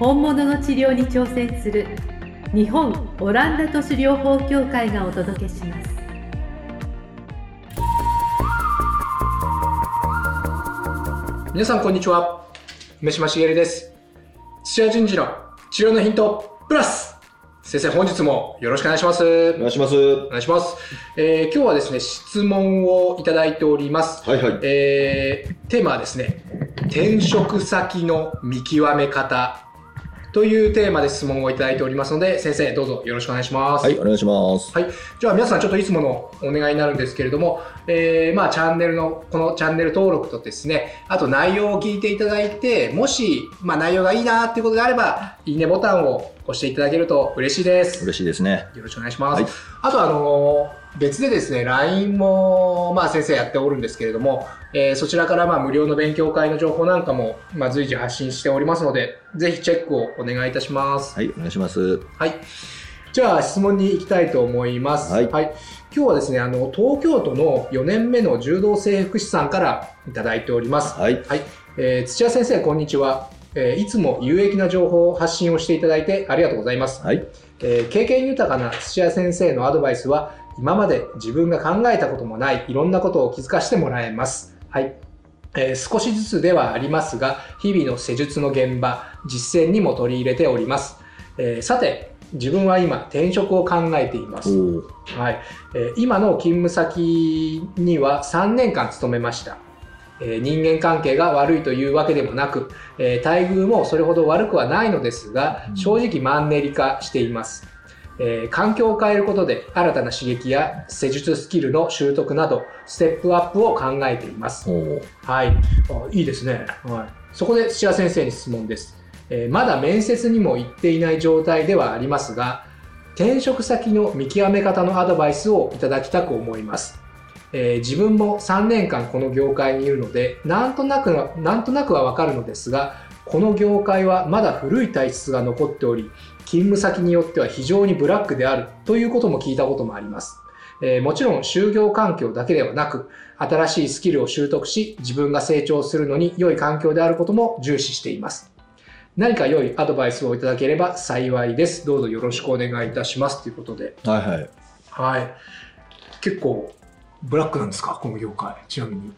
本物の治療に挑戦する日本オランダ都市療法協会がお届けします皆さんこんにちは梅島茂です土屋順次の治療のヒントプラス先生本日もよろしくお願いしますお願いします。おは願いします、えー今日はですね質問をいただいております、いはい。えーテーマはですね転職先の見極め方というテーマで質問をいただいておりますので先生どうぞよろしくお願いしますはい、お願いします。はい、じゃあ皆さんちょっといつものお願いになるんですけれども、えーまあ、チャンネルのこのチャンネル登録とですねあと内容を聞いていただいてもし、まあ、内容がいいなっていうことであればいいねボタンを押していただけると嬉しいです嬉しいですね。よろしくお願いします。はいあと、あのー別でですね、LINE も、まあ、先生やっておるんですけれども、えーそちらから、まあ、無料の勉強会の情報なんかも、まあ、随時発信しておりますので、ぜひチェックをお願いいたします。はい、お願いします。はい。じゃあ、質問に行きたいと思います。はい今日はですね、あの、東京都の4年目の柔道整復師さんからいただいております。はい、はい、えー土屋先生、こんにちは。えーいつも有益な情報を発信をしていただいてありがとうございます。はい、えー経験豊かな土屋先生のアドバイスは今まで自分が考えたこともないいろんなことを気づかせてもらえます。はいえー少しずつではありますが日々の施術の現場実践にも取り入れております、えーさて自分は今転職を考えていまおす、ーはいえー今の勤務先には3年間勤めました、えー人間関係が悪いというわけでもなく、えー待遇もそれほど悪くはないのですがうん正直マンネリ化しています、えー環境を変えることで新たな刺激や施術スキルの習得などステップアップを考えていますおーはい、あいいですね、はい、そこで土屋先生に質問です、えーまだ面接にも行っていない状態ではありますが転職先の見極め方のアドバイスをいただきたく思います、えー自分も3年間この業界にいるのでなんとなくはなんとなくはわかるのですがこの業界はまだ古い体質が残っており勤務先によっては非常にブラックであるということも聞いたこともあります、えーもちろん就業環境だけではなく新しいスキルを習得し自分が成長するのに良い環境であることも重視しています何か良いアドバイスをいただければ幸いですどうぞよろしくお願いいたしますということではい、はい。はい結構ブラックなんですかこの業界ちなみに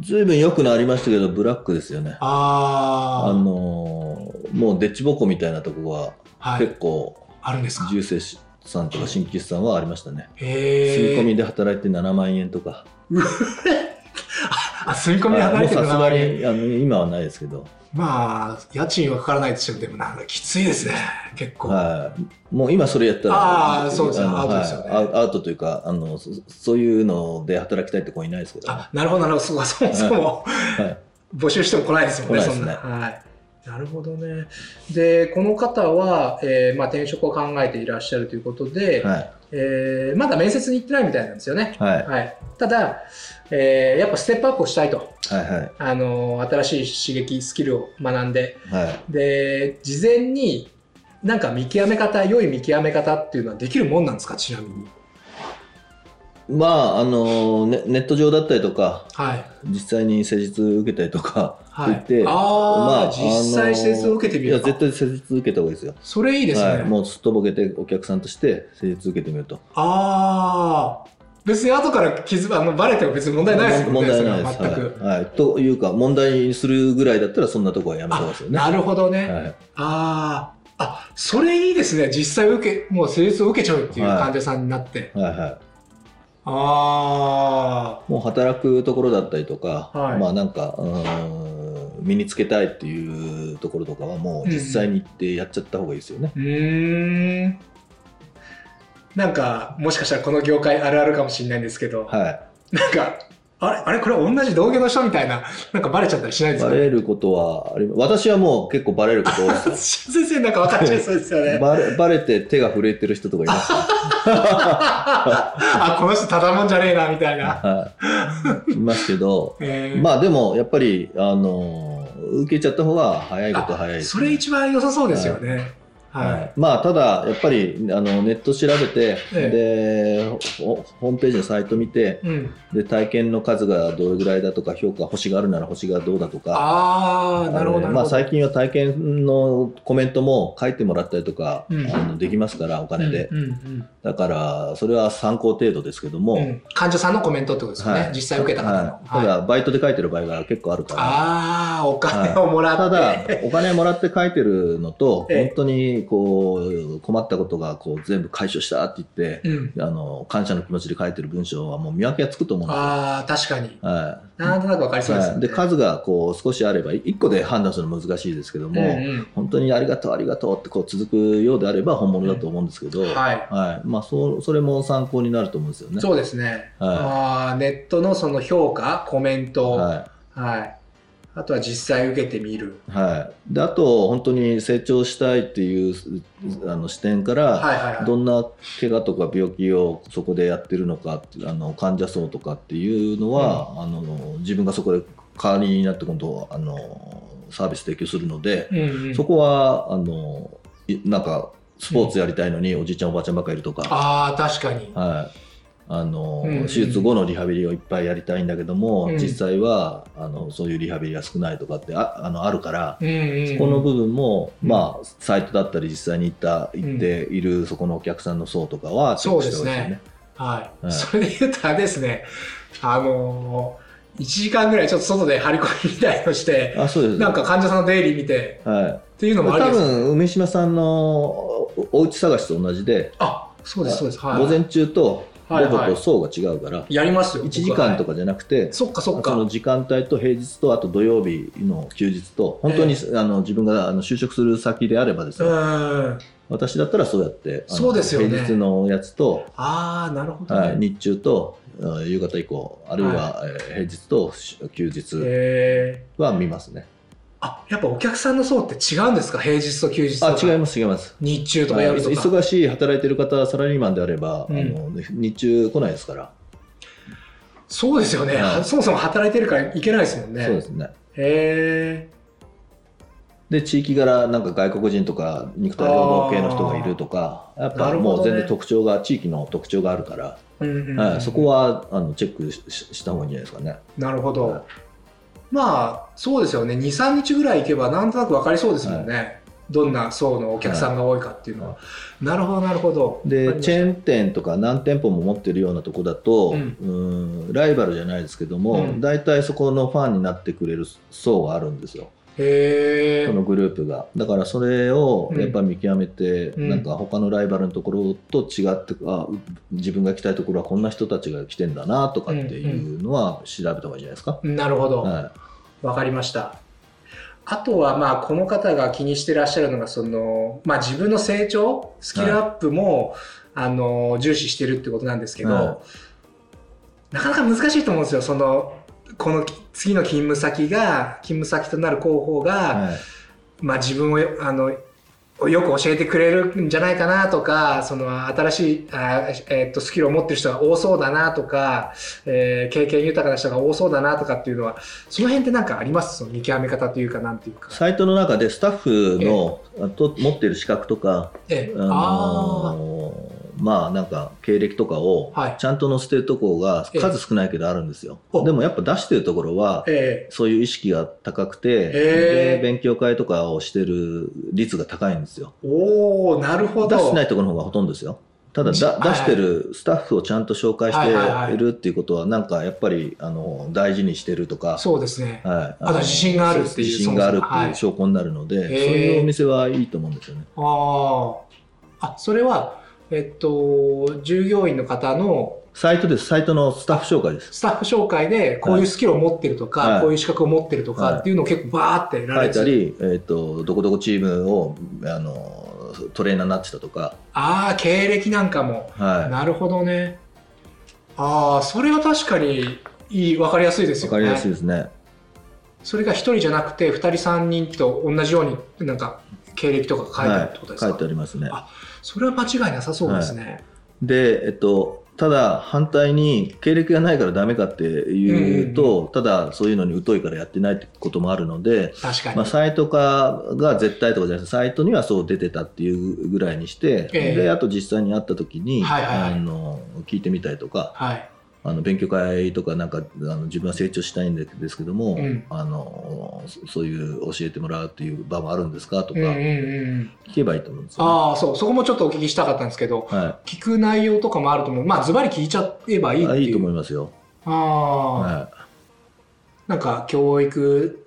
ずいぶん良くなりましたけど、ブラックですよね。ああのー、もうでっちぼこみたいなとこあがは結構、あるんです重生さんとか新規さんはありましたね。住へみ込みで働いて7万円とか。あ住み込あもうさすがににあの今はないですけど、まあ家賃はかからないですよでもなんかきついですね結構はい、もう今それやったら、あーそうですねあのアウトですよねはいアウアウトというかあのそ、そういうので働きたいって子いないですけど、あなるほどなるほどそうかそもそも、はい募集しても来ないですもんね来ないですねそんな、はい、なるほどねでこの方は、えーまあ、転職を考えていらっしゃるということで、はい、えーまだ面接に行ってないみたいなんですよね、はい、はい、ただ、えーやっぱステップアップをしたいと、はい、はい。あのー新しい刺激スキルを学んではい、で事前になんか見極め方良い見極め方っていうのはできるもんなんですかちなみにまああのネネット上だったりとかはい実際に施術受けたりとかは言いって、あ、まあ、実際施術を受けてみいやるか絶対施術受けた方がいいですよそれいいですね、はい、もうすっとぼけてお客さんとして施術受けてみるとああ、別に後から気づあのバレても別に問題ないですもん問ね、そ題れなはいです全く。はいはい、というか問題にするぐらいだったらそんなとこはやめた方がいいあですよねなるほどね。はいああ、あそれいいですね、実際受け、もう施術を受けちゃうっていうはい患者さんになって。はいはあい、もう働くところだったりとか、はいまあなんかうーん身につけたいっていうところとかはもう実際に行ってやっちゃった方がいいですよね、あ、うーん。なんか、もしかしたらこの業界あるあるかもしれないんですけど、はいなんか、あれあれこれ同じ同業の人みたいな、なんかバレちゃったりしないですバかレることはあり私はもう結構バレること多いですよ先生なんか分かっちゃいそうですよ ね。バレバレて手が震えてる人とかい ますよあ、この人ただもんじゃねえな、みたいな。はいいますけどえーまあでもやっぱりあの受けちゃった方が早いことは早いですそれ一番良さそうですよね。はい。はいまあただやっぱりあのネット調べて、でほホームページのサイト見てうん、で体験の数がどれぐらいだとか評価星があるなら星がどうだとかああ、なるほど。あなのるまあ、ほど最近は体験のコメントも書いてもらったりとか、うんあのできますからお金で、うんうんだからそれは参考程度ですけども、うんうん患者さんのコメントってことですよね、はい実際受けた方の。はいただバイトで書いてる場合が結構あるからああ、お金をもらって。ただお金もらって書いてるのとええ本当にこう困ったことがこう全部解消したって言ってうん、あの感謝の気持ちで書いてる文章はもう見分けがつくと思うんですよ。ああ、確かに。はなんとなく分かりいそうです、はねい、で数がこう少しあれば1個で判断するの難しいですけども、うん本当にありがとうありがとうってこう続くようであれば本物だと思うんですけど、うんはい。はいまあ、そうそれも参考になると思うんですよね。そうですね。はああネットのその評価、コメンいト、はい。はあとは実際受けてみる。いはい、であと本当に成長したいっていうあの視点から、はいはいはい。どんな怪我とか病気をそこでやってるのかっていうあの患者層とかっていうのは、あの自分がそこで代わりになって今度あのサービス提供するので、うんうんそこはあのいなんかスポーツやりたいのにおじいちゃんおばあちゃんばっかりいるとか、ああ、確かに。はい、あの、うんうん手術後のリハビリをいっぱいやりたいんだけども、うん実際はあのそういうリハビリが少ないとかってああのあるから、うんうん、そこの部分も、うんまあサイトだったり実際に行った行っているそこのお客さんの層とかはチェックしてほしいそうですねはい、はいそれで言うとあれですね、あのー、1時間ぐらいちょっと外で張り込みみたいのして、あそうですなんか患者さんの出入り見てはい、っていうのもあり多です分梅島さんのおお家探しと同じで、あそうです、そうです、はい、午前中と午はいはい後と層が違うから、やりますよ、 1時間とか、かじゃなくて、そっかそっそのか、時間帯と平日とあと土曜日の休日と本当に、えあの自分があの就職する先であればですうね、ん、私だったらそうやってあのそうですよね平日のやつと、あー、なるほど、ねはい、日中とうん夕方以降あるいは、えー平日とし休日えーは見ますね、あやっぱお客さんの層って違うんですか、平日と休日とかあ違います違います日中とかはい夜とか、忙しい働いてる方サラリーマンであれば、うんあの日中来ないですから、そうですよね、はいそもそも働いてるからいけないですもんね。そうですねへで地域柄なんか外国人とか肉体労働系の人がいるとかやっなぱるほどもねう全然特徴が、地域の特徴があるから、ーうんうんはい、そこはあのチェックししした方がいいんじゃないですかね。なるほど、はいまあそうですよね23日ぐらい行けばなんとなく分かりそうですもんね、どんな層のお客さんが多いかっていうのは、はなるほどなるほどわでかりましたチェーン店とか何店舗も持ってるようなとこだと、ううんん、ライバルじゃないですけどうも、ん大体そこのファンになってくれる層があるんですよ、へそえのグループがだからそれをうんやっぱ見極めて、うんなんか他のライバルのところと違ってあ自分が来たいところはこんな人たちが来てんだなとかっていうのは調べた方がいいんじゃないですか。なるほど、はいわかりました。あとは、まあ、この方が気にしてらっしゃるのが、その、まあ、自分の成長、スキルアップも、あの、重視してるってことなんですけど、はなかなか難しいと思うんですよ。その、この次の勤務先が、勤務先となる候補が、はいまあ、自分をよ、あの、よく教えてくれるんじゃないかなとか、その新しい、あえっと、スキルを持ってる人が多そうだなとか、えー経験豊かな人が多そうだなとかっていうのは、その辺ってなんかありますその見極め方というか、なんていうか。サイトの中でスタッフのあと持ってる資格とか、ええあのーまあなんか経歴とかをはいちゃんと載せてるところがええ数少ないけどあるんですよ。おでもやっぱ出してるところはえそういう意識が高くて、へえで勉強会とかをしてる率が高いんですよ。えおー、なるほ出ど。してないところの方がほとんどですよ。ただじだはい出してるスタッフをちゃんと紹介はいはいはしていいるっていうことはなんかやっぱりあの大事にしてるとかそうですね。はい、あと自信があるっていう自信があるっそてもそいもう証拠になるので、いそういうお店はいいと思うんですよね。ああ。あ、それは、えっと、従業員の方のサイトです、サイトのスタッフ紹介です。スタッフ紹介で、こういうスキルを持ってるとか、はいこういう資格を持ってるとはかいっていうのを結構バーってやら書れいてたる。り、えっとどこどこチームをあのトレーナーになってたとか、ああ、経歴なんかも。はなるほどね。ああ、それは確かにいい分かりやすいです分よかねりやすいですね。それが1人じゃなくて2人3人と同じようになんか経歴とか書いてあるってことですか、書いてありますね。あそれは間違いなさそうですね、で、えっと、ただ反対に経歴がないからダメかっていうと、ただそういうのに疎いからやってないってこともあるので、確かに、まあ、サイト化が絶対とかじゃなくてサイトにはそう出てたっていうぐらいにして、ええであと実際に会った時に、はいはいはいあの聞いてみたりとかはいあの勉強会とかなんかあの自分は成長したいんですけども、うんあのそそういう教えてもらうっていう場もあるんですかとかうんうんうん聞けばいいと思うんですよ、ねああそうそこもちょっとお聞きしたかったんですけどは聞く内容とかもあると思うまあズバリ聞いちゃえばいいい、ってあいういいと思いますよ。ああ、はなんか教育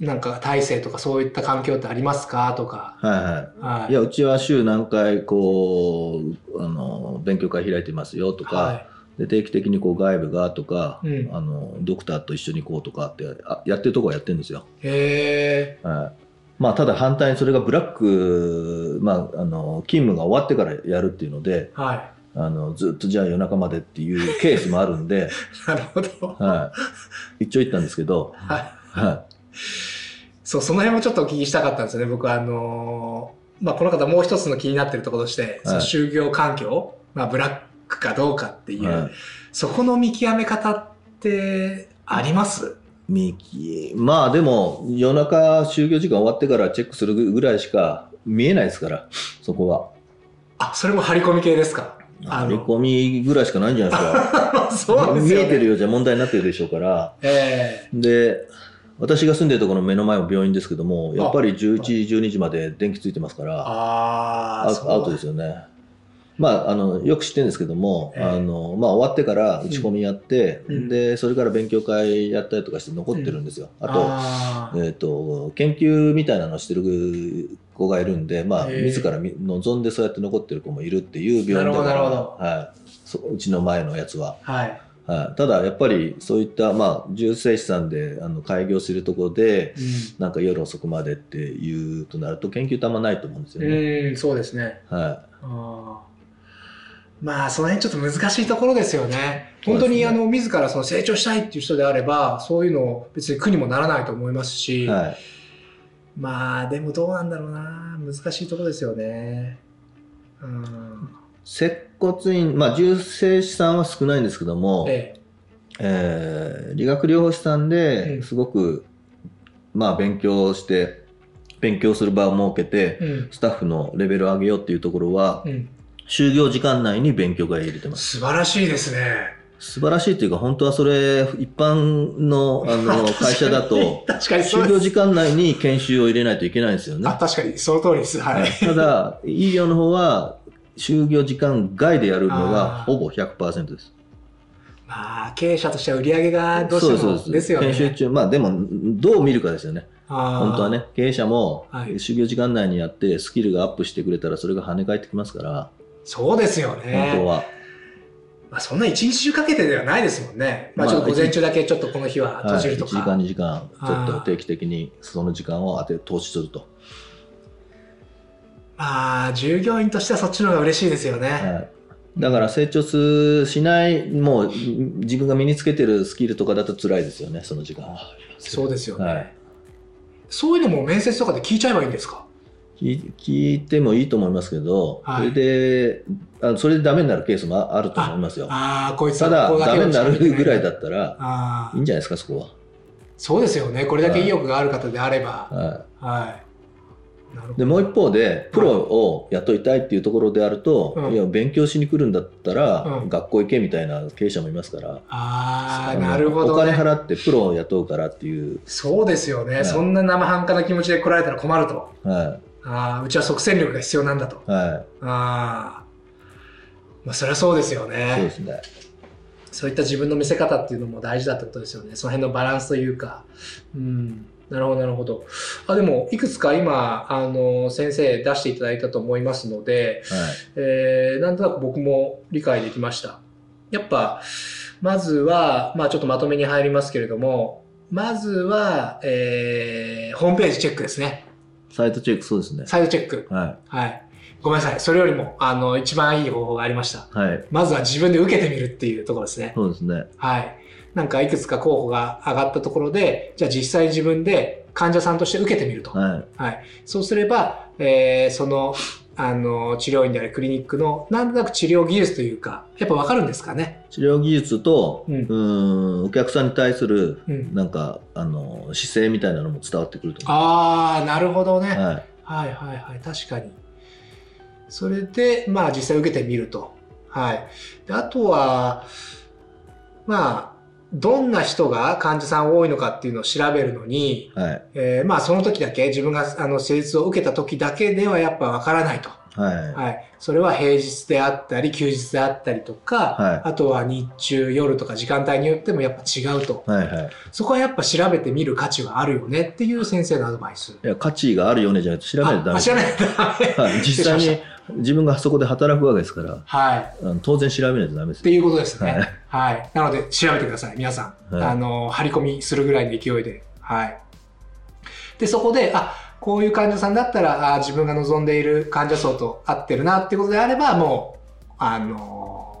なんか体制とかそういった環境ってありますかとか、い、はい、はいはい、いやうちは週何回こうあの勉強会開いてますよとか、はで定期的にこう外部がとか、うんあのドクターと一緒に行こうとかってあやってるとこはやってるんですよ。い、へえはいまあ、ただ反対にそれがブラック、まあ、あの勤務が終わってからやるっていうのではあのずっとじゃあ夜中までっていうケースもあるんで、い なるほどはい、一応言ったんですけど、はいはそうその辺もちょっとお聞きしたかったんですよね僕はあのーまあ、この方もう一つの気になってるところとして、その就業環境、まあ、ブラックかどうかってい、いうはい、そこの見極め方ってありますミキまあでも夜中就業時間終わってからチェックするぐらいしか見えないですからそこは。あそれも張り込み系ですか あ張りの込みぐらいしかないんじゃないですか。 そうです見よ、えね、てるようじゃ問題になってるでしょうから。えで、私が住んでるところの目の前も病院ですけども、やっぱり11時、12時まで電気ついてますかー、ら、あアあウアウトですよね。まあ、あのよく知ってるんですけども、ええあのまあ、終わってから打ち込みやって、うんでそれから勉強会やったりとかして残ってるんですよ、ああと,、ーえー、と研究みたいなのをしてる子がいるんで、まあ、ええ自らみ望んでそうやって残ってる子もいるっていう病院だかなるら、ほどなるほはい、そううちの前のやつは、はい、はい、ただやっぱりそういった、まあ、重生師さんであの開業するところでうなんか夜遅くまでっていうとなると研究たまないと思うんですよん、ね。うんそうですねはあーまあその辺ちょっと難しいところですよね本当に、そうですねあの自らその成長したいっていう人であればそういうのを別に苦にもならないと思いますいし、はい、まあでもどうなんだろうな難しいところですよねうん接骨院、まあ、重生師さんは少ないんですけども、えええー理学療法士さんうでんすごく、まあ、勉強して勉強する場を設けてうんスタッフのレベルを上げようっていうところはうん、就業時間内に勉強会入れてます。素晴らしいですね素晴らしいというか、本当はそれ、一般の あの会社だと、確かにそう就で業す時間内に研修を入れないといけないんですよね。あ確かにその通りですはい、ただ、医療の方は、就業時間外でやるのあーがほぼ100%です。まあ経営者としては売り上げがどうしてそうもですそうですよね研修中、まあでも、どう見るかですよね。本本当はね、経営者も、はい就業時間内にやって、スキルがアップしてくれたら、それが跳ね返ってきますから、そうですよね。本当は。まあ、そんな一日中かけてではないですもんね。まあ、まちあょっと午前中だけちょっとこの日ははい、閉じ1る時とか。間、2時間、ちょっあとー定期的にその時間を当て、投資すると。まあ、従業員としてはそっちの方が嬉しいですよね。はい、だから成長すしないもう自分が身につけてるスキルとかだと辛いですよねその時間はそうですよね、はいそういうのも面接とかで聞いちゃえばいいんですか聞聞いてもいいと思いますけど、はいそれであそれでダメになるケースもああると思いますよああ、こいつたはだここダけメをになるぐらいだったらあいいあんじゃないですかそこそうですよね。これだけ意欲がある方であればは、。ははい。なるほい、でもう一方でプロはいを雇いたいっていうところであると、うんいや勉強しに来るんだったら、うん学校行けみたいな経営者もいますから。あああ、のなるほど、ね。お金払ってプロを雇うからっていう、そうですよね、はいそんな生半可な気持ちで来られたら困ると。はああ、うちは即戦力が必要なんだと。いはい、ああ。まあ、そりゃそうですよね。そうですね。そういった自分の見せ方っていうのも大事だってことですよね。その辺のバランスというか。うん。なるほど、なるほど。あ、でも、いくつか今、あの、先生出していただいたと思いますので、はい。えーなんとなく僕も理解できました。やっぱ、まずは、まあちょっとまとめに入りますけれども、まずは、えーホームページチェックですね。サイトチェック、そうですね。サイドチェック。ははい。ごめんなさい。それよりも、あの、一番いい方法がありました。い。はい。まずは自分で受けてみるっていうところですね。そうですね。はい。なんかいくつか候補が上がったところで、じゃあ実際自分で患者さんとして受けてみると。はいそうすれば、えーその、あの、治療院でありクリニックの、なんとなく治療技術というか、やっぱわかるんですかね。治療技術と、ううんん、んお客さんに対するうん。なんかあの姿勢みたいなのも伝わってくると思ああ、なるほどね。う、はいはいはいはい、確かに。それで、まあ実際受けてみると。はい。であとは、まあ、どんな人が患者さん多いのかっていうのを調べるのに、はいえーまあその時だけ、自分があの施術を受けた時だけではやっぱわからないと。はいはい。それは平日であったり、休日であったりとか、はいあとは日中、夜とか時間帯によってもやっぱ違うと。はいはいそこはやっぱ調べてみる価値はあるよねっていう先生のアドバイス。いや価値があるよねじゃなくて知らないとダあメあです知らないとダ メ。はい、実際に自分がそこで働くわけですからはい。あの当然調べないとダメでっすていうことですね。ははい。なので、調べてください、皆さん。はいあの、張り込みするぐらいの勢いで。はい。で、そこで、あ、こういう患者さんだったら、あ自分が望んでいる患者層と合ってるなってことであれば、もう、あの、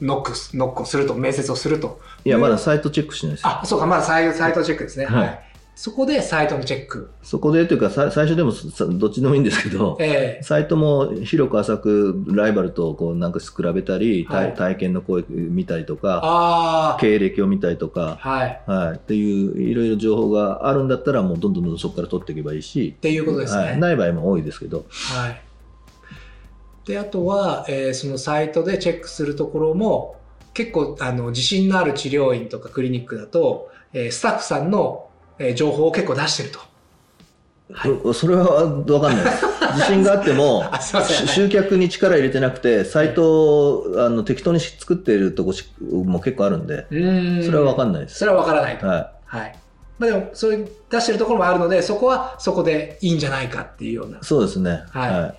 ノックす、ノックをすると、面接をすると。いやまだサイトチェックしないですよあ、そうか、まだサイサイトチェックですね。ははいい。そこでサイトのチェック。そこでというかさ最初でもさどっちでもいいんですけどえサイトも広く浅くライバルとこうなんか比べたり、はい体体験の声見たりとー、かあ経歴を見たりとか、あ、はい。っはい、っていういろいろ情報があるんだったらもうどんどんどんどんそこから取っていけばいいしていうことですね。はい、ない場合も多いですけど、はい。で、あとは、えーそのサイトでチェックするところも、結構、あの、自信のある治療院とかクリニックだと、えースタッフさんの、えー情報を結構出してると。 はいそそれは分かんな いです自信があってもあすいませんし集客に力入れてなくてサイトをあの適当に作っているとこしも結構あるんでうーんそれは分かんないです、それは分からないと。ははい。まあでも、それ出してるところもあるので、そこはそこでいいんじゃないかっていうような、っい、そうですねはいは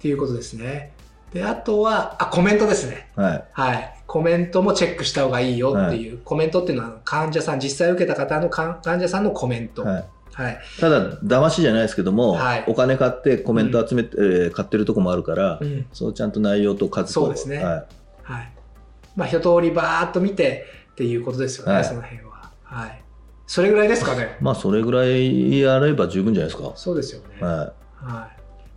ていうことですね。で、あとは、あ、コメントですね。い、はいはい。コメントもチェックした方がいいよっていう、コメントっていうのは患者さん、実際受けた方のか患者さんのコメント。は。はいいただ騙しじゃないですけども、はいお金買ってコメント集めて、えー買ってるとこもあるから、うん。そうちゃんと内容と数とそうですねはいはい。まあ、一通りバーっと見てっていうことですよね、はいその辺は。はい。それぐらいですかね。まあそれぐらいやれば十分じゃないですかそうですよね。はい。は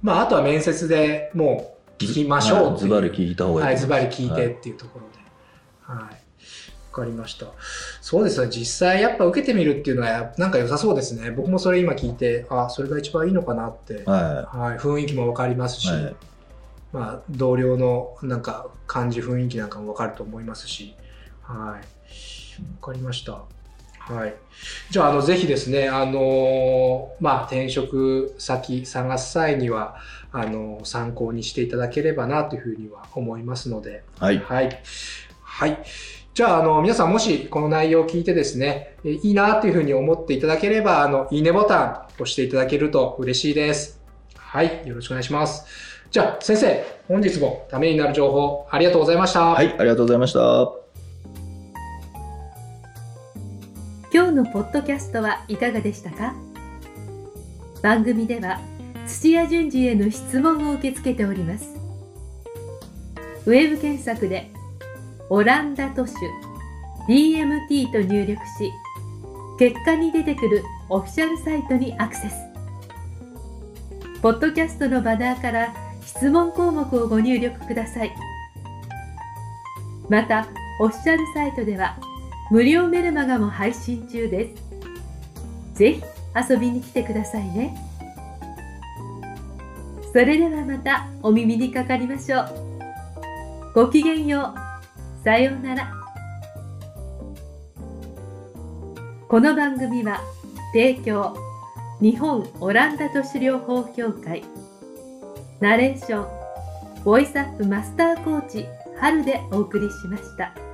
まあ、あとは面接でもうい、聞きましょうはっいてズいうバリ聞いた方がはいいい、ズと思バいリます聞いてっていうところで。はい。わ、かりました。そうですね。実際やっぱ受けてみるっていうのはやなんか良さそうですね。僕もそれ今聞いて、あ、それが一番いいのかなって。ははい、雰囲気もわかりますし、い、はいまあ、同僚のなんか感じ雰囲気なんかもわかると思いますし、はい、わかりました。はい、じゃああのぜひですね、あのーまあ、転職先探す際にはあのー参考にしていただければなというふうには思いますので、はい、はい。はい。じゃあ、あの、皆さんもしこの内容を聞いてですね、えいいなというふうに思っていただければ、あの、いいねボタン押していただけると嬉しいです。はい。よろしくお願いします。じゃあ、先生、本日もためになる情報ありがとうございました。はい、ありがとうございました。今日のポッドキャストはいかがでしたか番組では土屋順次への質問を受け付けておりますウェブ検索で「オランダ都市 DMT」と入力し結果に出てくるオフィシャルサイトにアクセスポッドキャストのバナーから質問項目をご入力くださいまたオフィシャルサイトでは「無料メルマガも配信中です。ぜひ遊びに来てくださいね。それではまたお耳にかかりましょう。ごきげんよう。さようなら。この番組は提供日本オランダ都市療法協会ナレーションボイスアップマスターコーチ春でお送りしました。